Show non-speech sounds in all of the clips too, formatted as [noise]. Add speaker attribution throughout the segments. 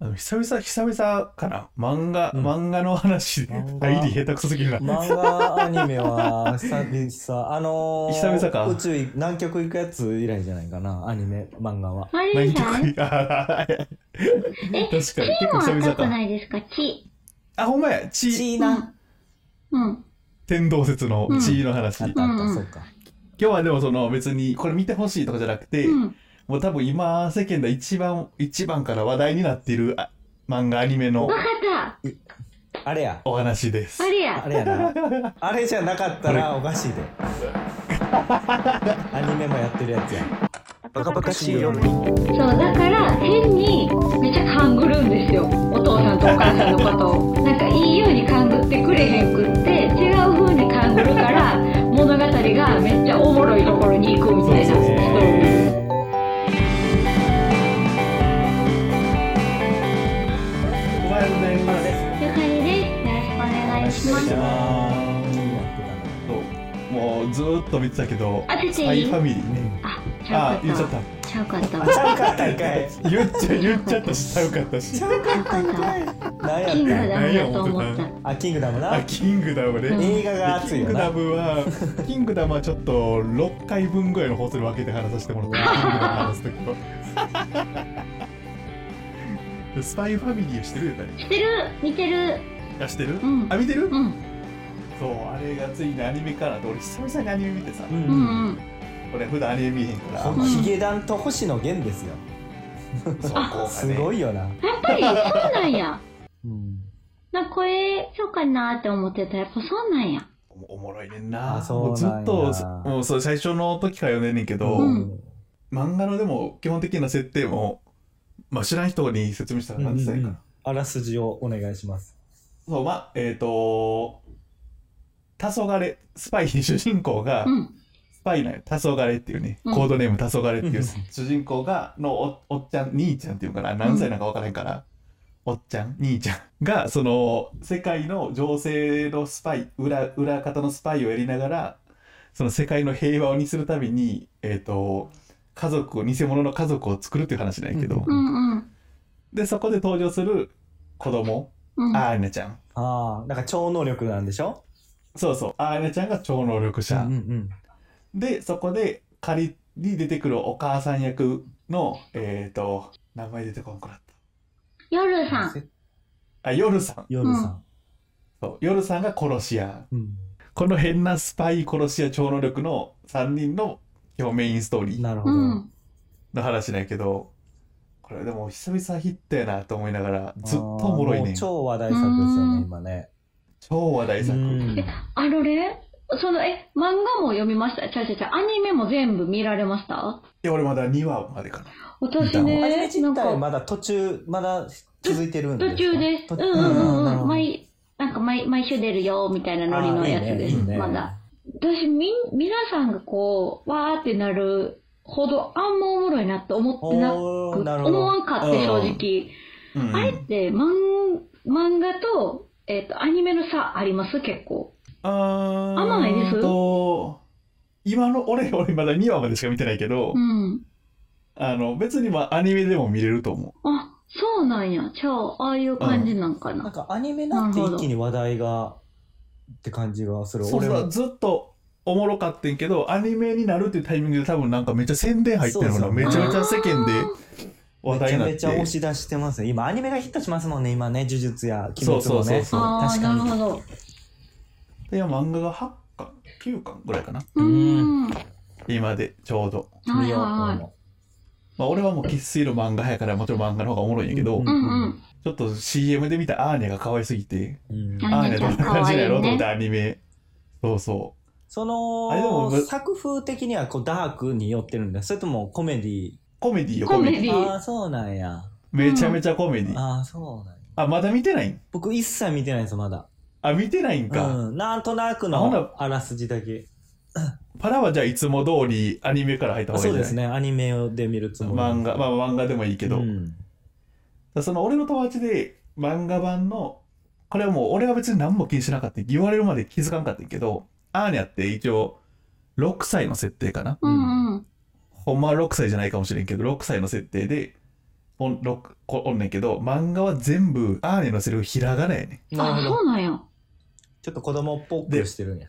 Speaker 1: でも久々久々かな漫画、漫画の話
Speaker 2: 漫画
Speaker 1: 入り下手くそすぎるな
Speaker 2: 漫画アニメは久々あのー、
Speaker 1: 久々か
Speaker 2: 宇宙い南極行くやつ以来じゃないかなアニメ漫画は
Speaker 3: マリ
Speaker 1: 南
Speaker 3: [laughs] ーさん
Speaker 1: 極あー
Speaker 3: え
Speaker 1: 確かに結構
Speaker 3: も
Speaker 1: 久々
Speaker 3: 赤くな
Speaker 1: か
Speaker 3: いですか血。
Speaker 1: あほんまや地
Speaker 2: チーナ
Speaker 3: うん。
Speaker 1: 天動説の
Speaker 3: うん
Speaker 1: 地位の話、
Speaker 2: あっ
Speaker 1: 今
Speaker 2: たあっ
Speaker 3: うん
Speaker 2: たそうか
Speaker 1: 日はでもその別にこれ見てほしいとかじゃなくて、
Speaker 3: うん。
Speaker 1: もう多分今世間で一番一番から話題になっているあ漫画アニメの
Speaker 3: わかった
Speaker 2: あれや
Speaker 1: お話です
Speaker 3: あれ
Speaker 2: あ
Speaker 3: や
Speaker 2: れやなあれじゃなかったらおかしいで [laughs] アニメもやってるやつや
Speaker 4: バカバカしいよ
Speaker 3: そう、だから変にめっちゃ勘ぐるんですよ。お父さんとお母さんのことを。なんかいいように勘ぐってくれへんくって、違う風に勘ぐる [laughs] から、物語がめっちゃおもろいところに行くみたいな
Speaker 1: そう
Speaker 3: スト
Speaker 1: そうそう
Speaker 3: ーリー。
Speaker 1: おはようございます
Speaker 3: ゆかりです。よろしくお願いします。
Speaker 2: 気になってたの
Speaker 1: そうもうずーっと見てたけど
Speaker 3: あて
Speaker 1: ス
Speaker 3: ていい
Speaker 1: パイファミリーね
Speaker 3: あ、ちゃう
Speaker 1: あ
Speaker 3: か
Speaker 1: 言っちゃ
Speaker 3: っ
Speaker 1: った
Speaker 3: た。ちゃうかったわ。
Speaker 2: ちゃうかったんかい
Speaker 1: 言っちゃ言っちゃったしよかったし
Speaker 2: ちゃうかったんかい何や
Speaker 3: キング
Speaker 2: っ
Speaker 3: ダ
Speaker 2: たん
Speaker 3: ムだと思っ
Speaker 1: 何や
Speaker 2: あキングダムな
Speaker 1: あキングダムね、
Speaker 3: うん
Speaker 2: 映画が熱
Speaker 1: キ
Speaker 2: い
Speaker 1: ン
Speaker 2: よ
Speaker 1: グダ
Speaker 2: な
Speaker 1: ムはキングダムはちょっと6回分ぐらいの放送に分けて話させても
Speaker 3: [laughs]
Speaker 1: らったキングダムの話すときはでスパイファミリーをしてるよね
Speaker 3: た。してる見てる
Speaker 1: あしてる、
Speaker 3: うん
Speaker 1: あ見てる、
Speaker 3: うん。
Speaker 1: そうあれがついにアニメから俺久々にアニメ見てさ、
Speaker 2: うん
Speaker 3: う
Speaker 2: うん
Speaker 3: ん
Speaker 1: 俺普段アニメ見えへんから
Speaker 2: こ
Speaker 1: そ
Speaker 2: のヒゲダンと星野源ですよ
Speaker 1: こがね
Speaker 2: すごいよな、
Speaker 3: やっぱりそうなんや。
Speaker 2: うん、
Speaker 3: なんか声そうかなって思ってたらやっぱそうなんや。
Speaker 1: おもおもろいねんな
Speaker 2: あそう
Speaker 1: も
Speaker 2: なん
Speaker 1: ず
Speaker 2: や
Speaker 1: っともうそう最初の時から読んでんねんけど、
Speaker 3: うん
Speaker 1: 漫画のでも基本的な設定も、まあ、知らん人に説明したら何て言ったらいいかな、
Speaker 2: あらすじをお願いします
Speaker 1: そうまあえっ、ー、と黄昏スパイ主人公が、
Speaker 3: うん。
Speaker 1: スパイなんよ黄昏っていうね、
Speaker 3: うん
Speaker 1: コードネーム黄昏っていううん主人公がのおおっちゃん兄ちゃんっていうのから何歳なんか分からへんから、おっちゃん兄ちゃんがその世界の情勢のスパイ裏裏方のスパイをやりながらその世界の平和をにするためにえっ、と家族を偽物の家族を作るっていう話なんやけど、
Speaker 2: うん
Speaker 3: うんうん。
Speaker 1: でそこで登場する子供、
Speaker 3: うん。
Speaker 1: アーニャちゃん
Speaker 2: ああなんか超能力なんでしょ
Speaker 1: そうそうアーニャちゃんが超能力者、
Speaker 2: うんうん
Speaker 1: でそこで仮に出てくるお母さん役のえっ、ー、と名前出てこんくなった
Speaker 3: 夜さん。
Speaker 1: あ夜さん
Speaker 2: 夜さ
Speaker 1: そう夜さんが殺し屋
Speaker 2: ん、
Speaker 1: この変なスパイ殺し屋超能力の3人の今日メインストーリー
Speaker 2: なるほ
Speaker 3: う
Speaker 2: ど、
Speaker 3: ん。
Speaker 1: の話なんやけどこれでも久々ヒットやなと思いながらずっとおもろい
Speaker 2: あー
Speaker 1: ね
Speaker 2: う
Speaker 1: う
Speaker 2: 超話題作ですよ
Speaker 3: う
Speaker 2: ね
Speaker 3: ん
Speaker 2: 今ね
Speaker 1: 超話題作
Speaker 2: うん
Speaker 3: あのね、その、え、漫画も読みました。ちゃうちゃうちゃう。アニメも全部見られました
Speaker 1: いや俺まだ2話までかな
Speaker 3: 私
Speaker 2: アニメ
Speaker 3: ね、な
Speaker 2: 自
Speaker 3: ん
Speaker 2: 体
Speaker 3: か
Speaker 2: まだ途中まだ続いてるんです
Speaker 3: 途
Speaker 2: か
Speaker 3: 中です。
Speaker 2: 途
Speaker 3: うん
Speaker 2: 中
Speaker 3: うん
Speaker 2: なるほ
Speaker 3: うんう
Speaker 2: ど
Speaker 3: ん。毎、なんか毎毎週出るよ、みたいなノリのやつです。
Speaker 2: あーいいねいいね
Speaker 3: まだ。私みん皆さんがこうわーってなるほどあんまおもろいなって思ってなく
Speaker 2: おーなるほ
Speaker 3: 思わ
Speaker 2: ど
Speaker 3: んかって正直、
Speaker 1: うん
Speaker 3: あれって漫漫画と,、えっとアニメの差あります結構
Speaker 1: あー
Speaker 3: 甘いです
Speaker 1: と今の俺俺まだ2話までしか見てないけど、
Speaker 3: うん
Speaker 1: あの別にまあアニメでも見れると思
Speaker 3: あそうなんやじゃあああいう感じなんか
Speaker 2: なん
Speaker 3: な、
Speaker 2: かアニメなって一気に話題がって感じがす
Speaker 1: う
Speaker 2: る
Speaker 1: そう
Speaker 2: 俺
Speaker 1: そう
Speaker 2: は
Speaker 1: ずっとおもろかってんけどアニメになるっていうタイミングで多分なんかめっちゃ宣伝入ってるの
Speaker 2: そ
Speaker 1: な
Speaker 2: うそう
Speaker 1: めちゃめちゃ世間で話
Speaker 2: めち
Speaker 1: 題
Speaker 2: ゃ
Speaker 1: になって
Speaker 2: めちゃ押し出してますね今アニメがヒットしますもんね今ね呪術や鬼滅
Speaker 1: そ
Speaker 2: も
Speaker 1: う
Speaker 2: ね
Speaker 1: そうそうそう
Speaker 3: ああ
Speaker 2: 確
Speaker 3: な
Speaker 2: か
Speaker 3: る
Speaker 2: に
Speaker 3: ほど
Speaker 1: で漫画が8巻9巻ぐらいかな
Speaker 3: う
Speaker 2: うん
Speaker 3: んは
Speaker 1: 今でちょうど、
Speaker 3: い
Speaker 2: 見
Speaker 3: はい
Speaker 2: ようと思う
Speaker 3: はい
Speaker 1: まあ、俺はもう生粋の漫画やからもちろん漫画の方がおもろいんやけど、
Speaker 2: うん
Speaker 3: うんうん
Speaker 1: ちょっと CM で見たアーニャが可愛すぎて
Speaker 2: うん
Speaker 3: あ
Speaker 1: アーニャどんな感じなんやろうと思って
Speaker 3: 可
Speaker 1: アニメそうそう
Speaker 2: そ
Speaker 1: あれでも
Speaker 2: の作風的にはこうダークに寄ってるんだそれともコメディ
Speaker 1: コメディよ
Speaker 3: コ
Speaker 1: コメ
Speaker 3: メ
Speaker 1: デ
Speaker 3: デ
Speaker 1: ィ
Speaker 3: ィ
Speaker 2: ああそうなんや
Speaker 1: めちゃめちゃコメディ、
Speaker 2: ああそうなんや
Speaker 1: あまだ見てないん
Speaker 2: 僕一切見てないんですよまだ
Speaker 1: あ見てないんか、
Speaker 2: うんなんとなく
Speaker 1: あほな
Speaker 2: のあらすじだけ
Speaker 1: パラはじゃあいつも通りアニメから入った
Speaker 2: あ
Speaker 1: 方がい
Speaker 2: そ
Speaker 1: いん
Speaker 2: う
Speaker 1: じゃ
Speaker 2: で
Speaker 1: ない
Speaker 2: すねアニメで見るつもり
Speaker 1: 漫画まあ漫画でもいいけど、
Speaker 2: う
Speaker 1: だか
Speaker 2: ん
Speaker 1: らその俺の友達で漫画版のこれはもう俺は別に何も気にしなかった言われるまで気づかんかったけどアーニャって一応6歳の設定かな
Speaker 3: うんうん
Speaker 1: ほんまは6歳じゃないかもしれんけど6歳の設定でおんろこおんねんけど漫画は全部アーネのセリフひらがなやねん
Speaker 2: な
Speaker 3: あ
Speaker 2: るほど。
Speaker 3: そうなんや
Speaker 2: ちょっと子供っぽくしてるんや。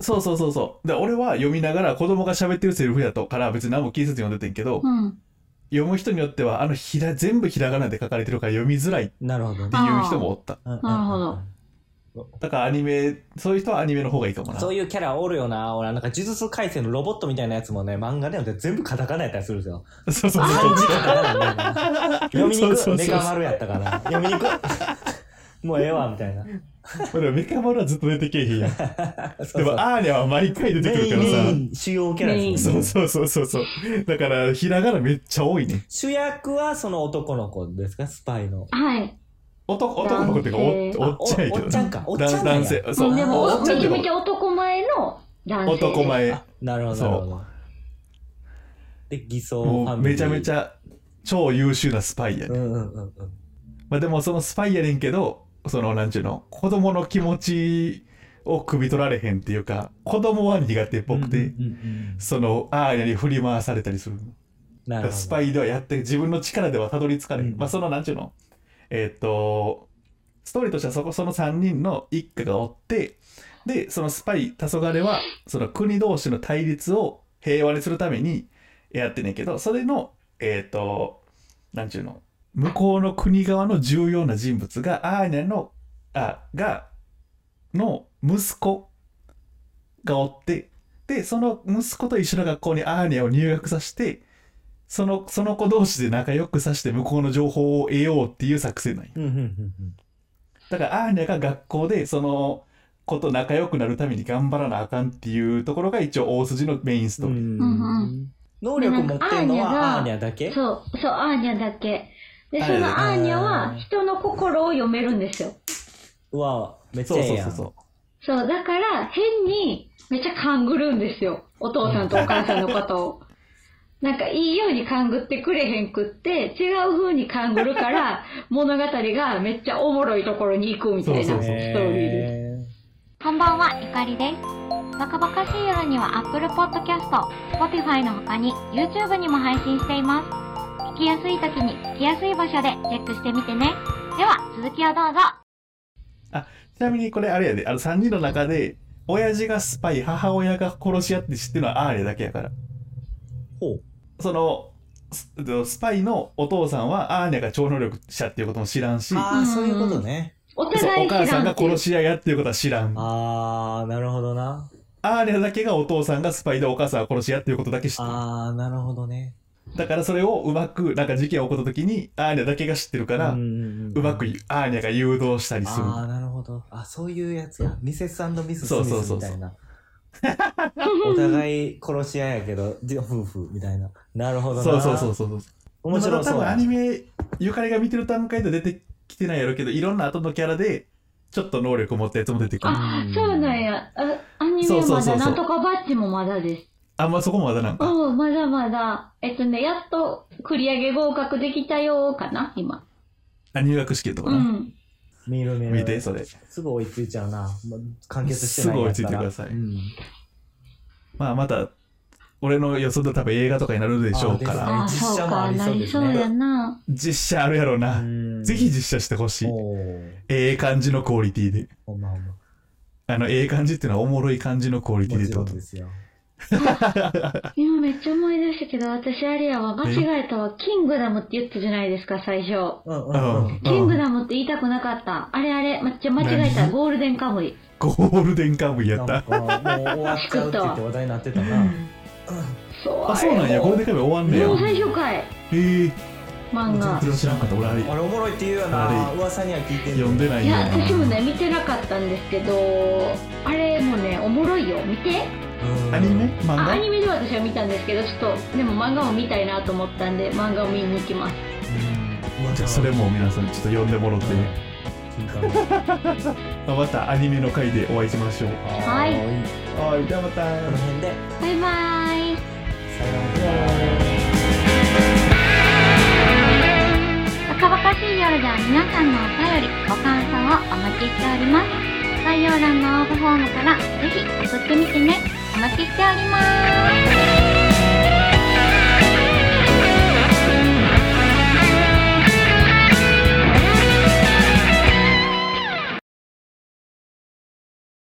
Speaker 1: そうそうそうそうで俺は読みながら子供が喋ってるセリフやとから別に何も気にせず読んでてんけど、
Speaker 3: うん
Speaker 1: 読む人によってはあのひら全部ひらがなで書かれてるから読みづらいって
Speaker 2: なるほどね。
Speaker 1: いう人もおった
Speaker 2: な
Speaker 3: なるほど。
Speaker 1: だからアニメそういう人はアニメの方がいいかもな
Speaker 2: そういうキャラおるよな。俺、なんか呪術廻戦のロボットみたいなやつもね、漫画でも全部カタカナやったりするんですよ。
Speaker 1: [laughs] そうそうそう
Speaker 2: 漢字カタカナみたいな。読みに
Speaker 1: そう
Speaker 2: く
Speaker 1: そうそう
Speaker 2: メガ丸やったかな。読みにく
Speaker 1: [laughs]
Speaker 2: もうええわ、みたいな。
Speaker 1: まあでもメカ丸はずっと出てけえへんやん。で
Speaker 2: そうそ
Speaker 1: も
Speaker 2: う。
Speaker 1: アーニャは毎回出てく
Speaker 2: メ
Speaker 1: る
Speaker 2: イ
Speaker 1: か
Speaker 2: ン、
Speaker 1: ら
Speaker 2: メイ
Speaker 1: さ。
Speaker 2: ン主要キャラです
Speaker 1: そ
Speaker 2: もん
Speaker 1: う
Speaker 2: ね。
Speaker 1: そうそうそうそう。だからひらがなめっちゃ多いね。
Speaker 2: 主役はその男の子ですかスパイの。
Speaker 3: はい
Speaker 1: 男男の子っていうかおおっちゃんやけど
Speaker 2: あおおっちゃんかおっちゃんなんや
Speaker 1: 男性。そう。
Speaker 3: でも
Speaker 1: おっちゃんって
Speaker 3: めちゃ
Speaker 1: か
Speaker 3: めちゃ男前の男性です
Speaker 1: 男前
Speaker 2: あ。なるほど、なるほど。で、偽装フ
Speaker 1: も
Speaker 2: ァ
Speaker 1: う
Speaker 2: ミリー。
Speaker 1: めちゃめち
Speaker 2: ゃ。
Speaker 1: ゃ超優秀なスパイや
Speaker 2: う
Speaker 1: ね。
Speaker 2: んうんうんうん。
Speaker 1: まあでもそのスパイやねんけど、そのなんちゅうの、子供の気持ちを汲み取られへんっていうか、子供は苦手っぽくて、
Speaker 2: うんうんうん
Speaker 1: そのアーニャに振り回されたりする。
Speaker 2: なるほど。
Speaker 1: スパイではやって自分の力ではたどり着かない、
Speaker 2: うん
Speaker 1: まあそのなんちゅうのえーっ、とストーリーとしてはそこその3人の一家がおってでそのスパイ黄昏はその国同士の対立を平和にするためにやってんねんけどそれのえーっ、となんちゅうの向こうの国側の重要な人物がアーニャのあがの息子がおってでその息子と一緒の学校にアーニャを入学させてそのその子同士で仲良くさせて向こうの情報を得ようっていう作戦なんよ
Speaker 2: うんうんうんうん。
Speaker 1: だからアーニャが学校でその子と仲良くなるために頑張らなあかんっていうところが一応大筋のメインストーリー、
Speaker 3: うんう
Speaker 2: 能力持ってんのはア
Speaker 3: ア
Speaker 2: ー
Speaker 3: ーニ
Speaker 2: ニャだけ
Speaker 3: そうそうアーニャだけで
Speaker 1: ア
Speaker 3: そ
Speaker 1: ーニャ
Speaker 3: の
Speaker 1: だけ
Speaker 3: アーニャは人の心を読めるんですよ
Speaker 2: うわめっち
Speaker 1: そ
Speaker 2: ゃ
Speaker 1: う
Speaker 2: ええ
Speaker 1: そう
Speaker 2: や
Speaker 1: そ
Speaker 2: ん
Speaker 1: うそう
Speaker 3: そう、だから変にめっちゃ勘ぐるんですよ。お父さんとお母さんのこと
Speaker 1: [laughs]
Speaker 3: を。なんかいいように勘ぐってくれへんくって、違う風に勘ぐるから、物語がめっちゃおもろいところに行くみたいなスト
Speaker 1: そ
Speaker 3: ー
Speaker 1: う
Speaker 3: リ
Speaker 1: そう
Speaker 3: ーです。
Speaker 5: こんばんは、ゆかりです。バカバカしい夜には Apple Podcast、Spotify の他に YouTube にも配信しています。聞きやすい時に聞きやすい場所でチェックしてみてね。では、続きをどうぞ。
Speaker 1: ちなみにこれあれやであの3人の中で親父がスパイ母親が殺し屋って知ってるのはアーニャだけやから
Speaker 2: ほう
Speaker 1: そのススパイのお父さんはアーニャが超能力者っていうことも知らんし
Speaker 2: ああそういうことね
Speaker 3: お
Speaker 1: そう
Speaker 3: 互
Speaker 1: お
Speaker 3: い知
Speaker 1: 母さ
Speaker 3: ら
Speaker 1: ん
Speaker 3: ん
Speaker 1: が
Speaker 3: っていう
Speaker 1: 殺。し屋やっていうことは知らん
Speaker 2: ああなるほどな
Speaker 1: アーニャだけがお父さんがスパイでお母さんは殺し屋っていうことだけ知ってる
Speaker 2: ああなるほどね
Speaker 1: だからそれをうまくなんか事件起こった時にアーニャだけが知ってるから、うんまくアーニャが誘導したりする
Speaker 2: ああなるほどあそういうやつやミセスミス・ス
Speaker 1: そう
Speaker 2: ミ
Speaker 1: そう
Speaker 2: ス
Speaker 1: そうそう
Speaker 2: みたいな [laughs] お互い殺し合いやけどじ夫婦みたいななるほどな
Speaker 1: そうそうそうそうそう
Speaker 2: 面白
Speaker 1: まだ
Speaker 2: そ
Speaker 1: 多
Speaker 2: う
Speaker 1: 分ア
Speaker 2: や
Speaker 1: ニメゆかりが見てる段階で出てきてないやろうけどいろんな後のキャラでちょっと能力を持ったやつも出てくる
Speaker 3: あ、そうなんや。あアニ
Speaker 1: そ
Speaker 3: メ
Speaker 1: うそう
Speaker 3: ま
Speaker 1: そうそ
Speaker 3: だ、
Speaker 1: う
Speaker 3: なんとかバッジもまだです。
Speaker 1: あんまそこもまだなんか
Speaker 3: うん、まだまだ。えっとね、やっと繰り上げ合格できたよーかな、今。
Speaker 1: あ入学試験とか
Speaker 3: う
Speaker 1: な、
Speaker 3: ん。
Speaker 2: 見る見る
Speaker 1: 見てそれ
Speaker 2: すぐ追いついちゃうなもう完結してないんやった
Speaker 1: す
Speaker 2: ら
Speaker 1: ぐ追いついてください
Speaker 2: うん
Speaker 1: まあまた俺の予想だと多分映画とかになるでしょうか
Speaker 2: あ
Speaker 1: ら
Speaker 3: あ、
Speaker 2: ですね実写
Speaker 3: そうか、
Speaker 2: もあり
Speaker 3: な
Speaker 2: そうで
Speaker 3: り
Speaker 2: す
Speaker 3: そ
Speaker 2: ね
Speaker 3: うやな。
Speaker 1: 実写あるやろうな、
Speaker 2: うん
Speaker 1: ぜひ実写してほしい
Speaker 2: おー
Speaker 1: ええ感じのクオリティで
Speaker 2: ほんまほんま
Speaker 1: あのええ感じっていうのはおもろい感じのクオリティで
Speaker 2: も
Speaker 1: って
Speaker 2: ちろ
Speaker 1: こ
Speaker 2: ん
Speaker 1: と
Speaker 2: ですよ
Speaker 3: 今めっちゃ思い出したけど、私あれやわ、間違えたわ、キングダムって言ったじゃないですか、最
Speaker 2: う
Speaker 3: 初。
Speaker 2: んう
Speaker 1: うん
Speaker 2: うん
Speaker 1: ん
Speaker 3: キングダムって言いたくなかった。あれあれ、めっちゃ間違えた、
Speaker 1: 何
Speaker 3: ゴールデンカムイ。
Speaker 1: ゴールデンカムイやっ
Speaker 2: な
Speaker 1: た。
Speaker 2: んかもう終わっちゃうって言って話題になってたな。
Speaker 3: そう、
Speaker 1: あ、そうなんや、ゴールデンカムイ終わんねや
Speaker 3: もう。最初回、
Speaker 1: へえ。
Speaker 3: 漫画
Speaker 1: 全。然知らんかった、俺あれ
Speaker 2: あれおもろいって言うよ
Speaker 1: あ
Speaker 2: な。
Speaker 1: れ
Speaker 2: 噂には聞いてる。
Speaker 1: 読んでない
Speaker 3: い
Speaker 1: ん
Speaker 3: や、
Speaker 1: だよ
Speaker 3: 私も
Speaker 1: な。
Speaker 3: ね、見てなかったんですけど、あれもね、おもろいよ、見て。
Speaker 2: うん
Speaker 1: アニメ漫
Speaker 3: あ
Speaker 1: 画
Speaker 3: アニメでは私は見たんですけど、ちょっと、でも漫画も見たいなと思ったんで、漫画を見に行きます。
Speaker 2: うん
Speaker 1: じゃあそれも皆さんちょっと読んでもろって、
Speaker 2: うん金貨も
Speaker 1: まあまたアニメの回でお会いしましょう
Speaker 2: [laughs]
Speaker 3: はい
Speaker 1: はいじゃあまた
Speaker 2: この辺で
Speaker 5: バイバーイ。
Speaker 2: さようなら。
Speaker 5: バカバカしい夜では皆さんのお便り、ご感想をお待ちしております。概要欄の応募フォームからぜひ送ってみてね。お待ちしております。